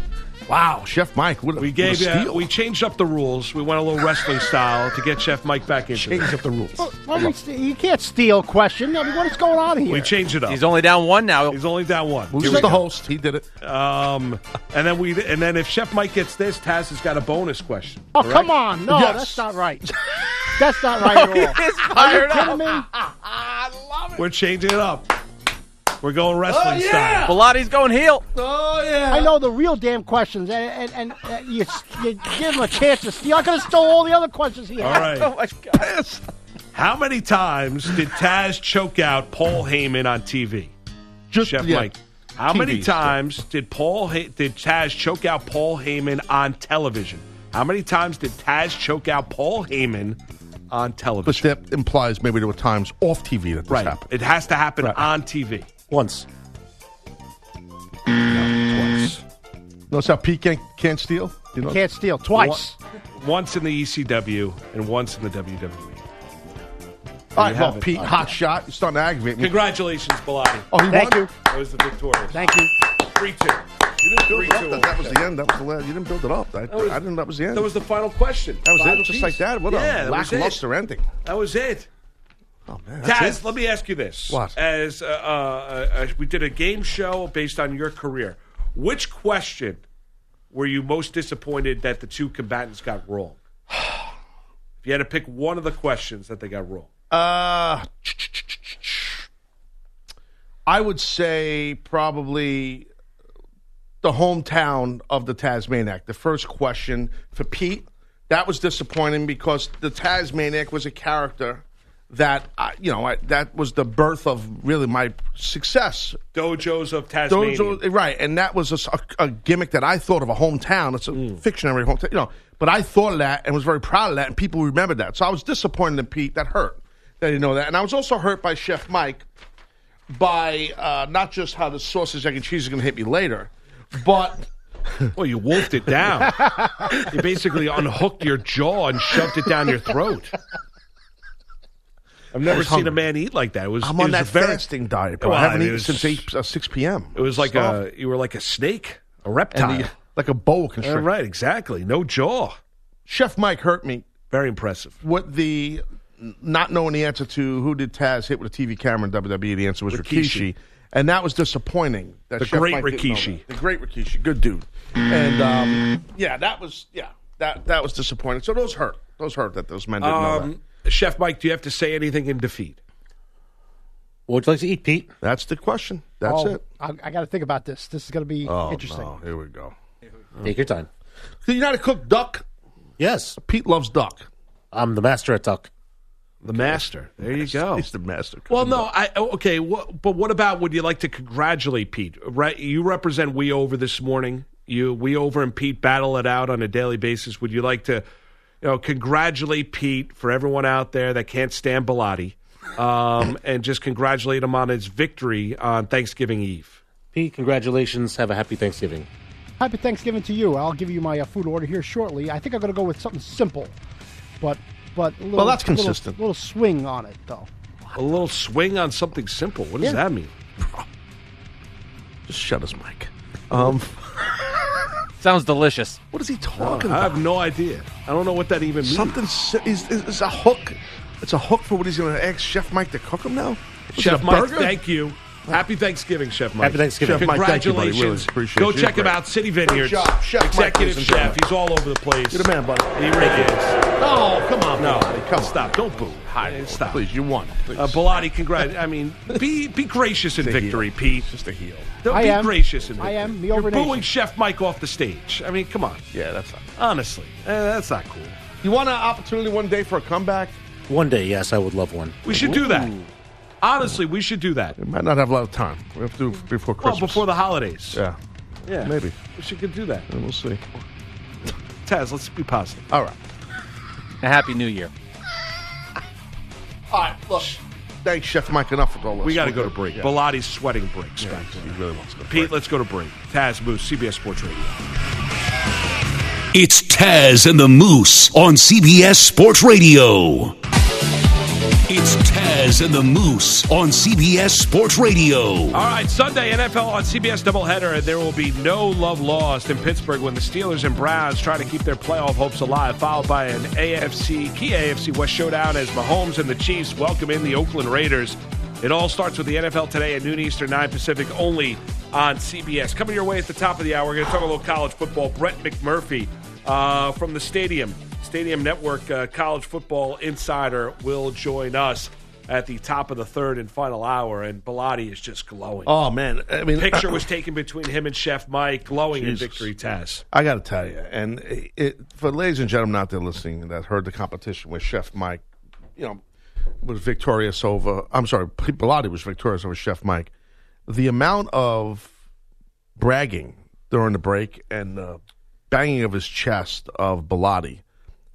Wow, Chef Mike. What a,
We gave
what a
you,
steal.
uh, we changed up the rules. We went a little wrestling style to get Chef Mike back into
changed
it.
up the rules.
Well, you, st- you can't steal question. I mean, what is going on here?
We changed it up.
He's only down one now.
He's only down one.
Who's the host? He did it.
Um, and then we and then if Chef Mike gets this, Taz has got a bonus question.
oh, come on! No,
Yes.
that's not right. That's not right at all. Are you kidding me?
We're changing it up. We're going wrestling style.
Bilotti's going heel.
Oh yeah.
I know the real damn questions, and and, and uh, you, s- you give him a chance to steal. I could have stole all the other questions here.
All right.
Oh my god.
How many times did Taz choke out Paul Heyman on TV?
Just
Chef
yeah.
Mike. How many
TV.
times did Paul Hey did Taz choke out Paul Heyman on television? How many times did Taz choke out Paul Heyman on
But
television?
that implies maybe there were times off TV that this
right.
happened.
It has to happen
Right.
on TV.
Once.
Twice.
Notice how Pete can't, can't steal. You know,
Can't steal twice.
Once in the ECW and once in the E. WWE.
All right, well,
haven't.
Pete, hot shot. You're starting to aggravate me.
Congratulations, Bilotti.
Oh, he
Thank
won?
you.
That was the victorious.
Thank you.
3 2.
You didn't build it up.
Three, two,
That, that was the end. That was the last. You didn't build it up. I,
was-
I didn't. That was the end.
That was the final question.
That was
Final
it. Just
piece.
like that. What
yeah,
a
that was it.
lackluster ending.
That was it.
Oh man.
Taz,
That's it.
let me ask you this.
What?
As uh, uh, uh, uh, we did a game show based on your career, which question were you most disappointed that the two combatants got wrong? If you had to pick one of the questions that they got wrong,
Uh, I would say probably the hometown of the Tasmaniac. The first question for Pete, that was disappointing because the Tasmaniac was a character that I, you know I, that was the birth of really my success
dojos of Tasmania.
Dojo, right? And that was a s- a, a gimmick that I thought of a hometown. It's a
Mm.
fictionary hometown, you know. But I thought of that and was very proud of that, and people remembered that. So I was disappointed in Pete. That hurt. That he didn't know that, and I was also hurt by Chef Mike by uh, not just how the sausage, egg, and cheese is going to hit me later, but
Well, you wolfed it down. you basically unhooked your jaw and shoved it down your throat. I've never
was
seen
hungry.
a man eat like that. It was
I'm
it
on
was a
that
very,
fasting diet. Bro.
Well,
I haven't
it
eaten
was-
since eight, uh, six p.m.
It was like a you were like a snake, a reptile.
and the, like a boa
Yeah,
constrictor.
right, exactly. No jaw.
Chef Mike hurt me
Very impressive.
what the not knowing the answer to who did Taz hit with a TV camera in WWE, the answer was
Rikishi.
Rikishi. And that was disappointing. That
The
Chef
great
Mike didn't know
Rikishi.
that. The great Rikishi. Good dude. And um, yeah, that was yeah, that that was disappointing. So those hurt. Those hurt that those men didn't know that.
Um, Chef Mike, do you have to say anything in defeat?
What would you like to eat, Pete?
That's the question. That's
Oh,
it.
I, I got to think about this. This is going to be
Oh,
interesting.
no. Here we go.
Take your time.
Do you know how to cook duck?
Yes.
Pete loves duck.
I'm the master at duck.
The master. There you go.
He's the master.
Well, no, I okay. wha- but what about would you like to congratulate Pete? Right, you represent We Over this morning. You We Over and Pete battle it out on a daily basis. Would you like to, you know, congratulate Pete for everyone out there that can't stand Bilotti, um, and just congratulate him on his victory on Thanksgiving Eve.
Pete, congratulations. Have a happy Thanksgiving.
Happy Thanksgiving to you. I'll give you my uh, food order here shortly. I think I'm going to go with something simple, but but a little,
Well, that's
little-
consistent.
Little, swing on it though.
A little swing on something simple. What does
Yeah.
that mean?
Just shut his mic. Um,
Sounds delicious.
What is he talking
I
about?
have no idea. I don't know what that even means.
Something si- is, is, is a hook. It's a hook for what he's going to ask Chef Mike to cook him now. What's it,
Chef
a
Mike,
burger?
thank you. Happy Thanksgiving, Chef Mike.
Happy Thanksgiving. Chef Mike, thank you, buddy. Really
Congratulations.
appreciate
Go
you.
check him
Great.
out, City Vineyards.
Good job. Chef Mike,
Executive
ladies and
Chef.
gentlemen.
He's all over the place.
You're the man, buddy.
He really is.
Oh, come on,
No,
Bilotti,
come stop. Don't boo. Hi, stop.
Please, you won. Please.
Uh, Bilotti, congrat. I mean, be be gracious in victory, Pete. Just a heel. Don't
I
be
am.
gracious in
I
victory.
am. The
You're
Overnation.
booing Chef Mike off the stage. I mean, come on.
Yeah, that's not.
Honestly, eh, that's not cool.
You want an opportunity one day for a comeback?
One day, yes, I would love one.
We should do that. Honestly, we should do that.
Might not have a lot of time. We have to do it before
Well,
Christmas.
before the holidays.
yeah,
Yeah.
maybe.
We should could do that.
And we'll see.
Taz, let's be positive.
All right.
A happy New Year.
All right. Look. Thanks, Chef Mike. Enough with all this.
We got to
We're
go to
good.
break.
Yeah.
Bilotti's sweating breaks.
Yeah,
back there.
he really wants to go.
Pete, let's go to break. Taz Moose, CBS Sports Radio.
It's Taz and the Moose on CBS Sports Radio. It's Taz and the Moose on CBS Sports Radio.
All right, Sunday NFL on CBS doubleheader. There will be no love lost in Pittsburgh when the Steelers and Browns try to keep their playoff hopes alive, followed by an AFC key AFC West showdown as Mahomes and the Chiefs welcome in the Oakland Raiders. It all starts with the NFL today at noon Eastern, 9 Pacific, only on CBS. Coming your way at the top of the hour, we're going to talk a little college football. Brett McMurphy uh, from the Stadium Stadium Network uh, College Football Insider will join us at the top of the third and final hour, and Bilotti is just glowing.
Oh man, I mean,
Picture was taken between him and Chef Mike, glowing
Jesus.
in victory. Taz,
I got to tell you, and it, it, for ladies and gentlemen out there listening that heard the competition with Chef Mike, you know, was victorious over. I'm sorry, P- Bilotti was victorious over Chef Mike. The amount of bragging during the break and the banging of his chest of Bilotti,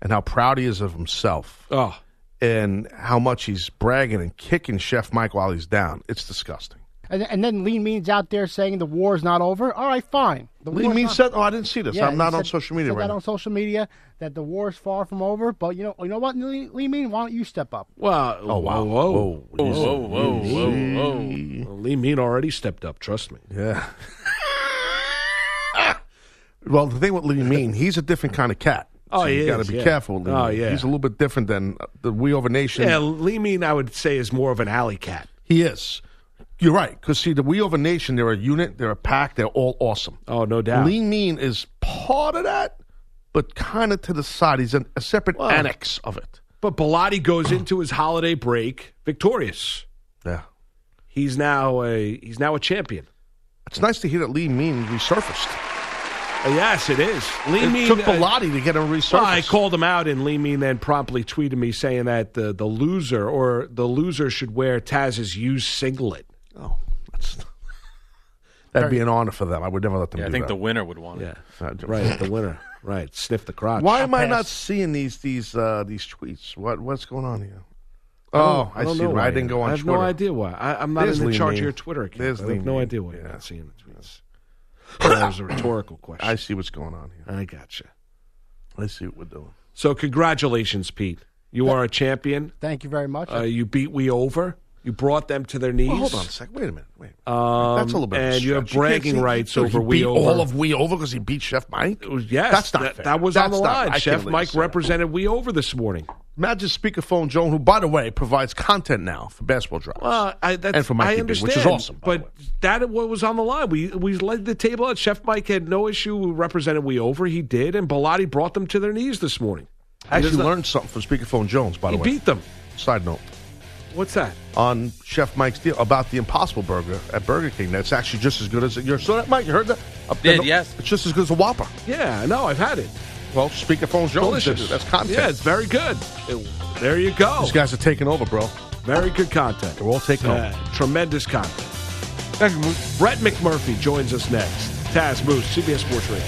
and how proud he is of himself,
oh,
and how much he's bragging and kicking Chef Mike while he's down. It's disgusting.
And, and then Lean Mean's out there saying the war's not over. All right, fine. The
Lee
war's
Mean
not-
said, "Oh, I didn't see this.
Yeah,
I'm not
he
on
said-
social media
said
right
that
now."
on social media that the war is far from over. But you know, you know what, Lee, Lee Mean, why don't you step up?
wow, oh
wow.
whoa,
Whoa.
whoa,
You
whoa,
see-
whoa,
you
whoa,
see.
whoa. Lee Mean already stepped up. Trust me.
Yeah. well, the thing with Lee Mean, he's a different kind of cat.
Oh,
so
he
you gotta
is,
be
yeah.
careful. Lee
Oh,
Mean.
yeah.
he's a little bit different than uh, the We Over Nation.
Yeah, Lee Mean, I would say, is more of an alley cat.
He is. You're right, because see, the We Over Nation, they're a unit, they're a pack, they're all awesome.
Oh, no doubt.
Lee Mean is part of that, but kind of to the side. He's an, a separate
Well.
annex of it.
But Bilotti goes into his holiday break victorious.
Yeah,
He's now a he's now a champion.
it's nice to hear that Lee Mean resurfaced.
Uh, yes, it is. Lee
it
Mean
took
uh,
Bilotti to get him resurfaced.
Well, I called him out, and Lee Mean then promptly tweeted me saying that the, the loser or the loser should wear Taz's used singlet.
Oh, that's, that'd be an honor for them. I would never let them
Yeah, I
do
think the
that.
winner would want it.
Yeah,
Uh,
right. The winner, right? Sniff the crotch.
Why am I not seeing these these uh, these tweets? What what's going on here? Oh, I, see.
know
I
why.
didn't go on
I have
Twitter.
no idea why. I, I'm not
There's
in the
Lee
charge
Mean.
of your Twitter account.
There's
I
Lee
have no
Mean.
idea why you're
Yeah.
not seeing the tweets. that was a rhetorical question.
I see what's going on here.
I gotcha.
I see what we're doing.
So congratulations, Pete. You are a champion.
Thank you very much.
Uh, you beat we over. You brought them to their knees.
Well, hold on a sec. Wait a minute. Wait. A minute.
Um,
That's a little bit. of a
And you have
stretch. can't
bragging
see-
rights
Dude,
over
he
we
beat
over. Oh,
all of we over because he beat Chef Mike.
Yes,
that's not
that,
fair.
that was
that's
on the
not- I
line.
can't
Chef
believe
Mike
that.
represented we over this morning.
Imagine speakerphone Joan, who by the way provides content now for basketball drives.
Well, Uh, I, that's,
And for Mike
I
Ebert,
understand,
which is awesome, by the
But that what was on the line. We we led the table out. Chef Mike had no issue. We represented we over. He did, and Bilotti brought them to their knees this morning.
I
He does
actually
not-
learned something from speakerphone Jones. By the
He
way,
beat them.
Side note.
What's that?
on Chef Mike's deal about the Impossible Burger at Burger King. That's actually just as good as yours. So that Mike, you heard that? Up
Did,
there,
yes.
It's just as good as a Whopper.
Yeah, no, I've had it.
Well, speakerphone Jones. did it. That's content.
Yeah, it's very good. It- there you go.
These guys are taking over, bro.
Very good content.
They're all taking over.
Tremendous content. Brett McMurphy joins us next. Taz Moose, CBS Sports Radio.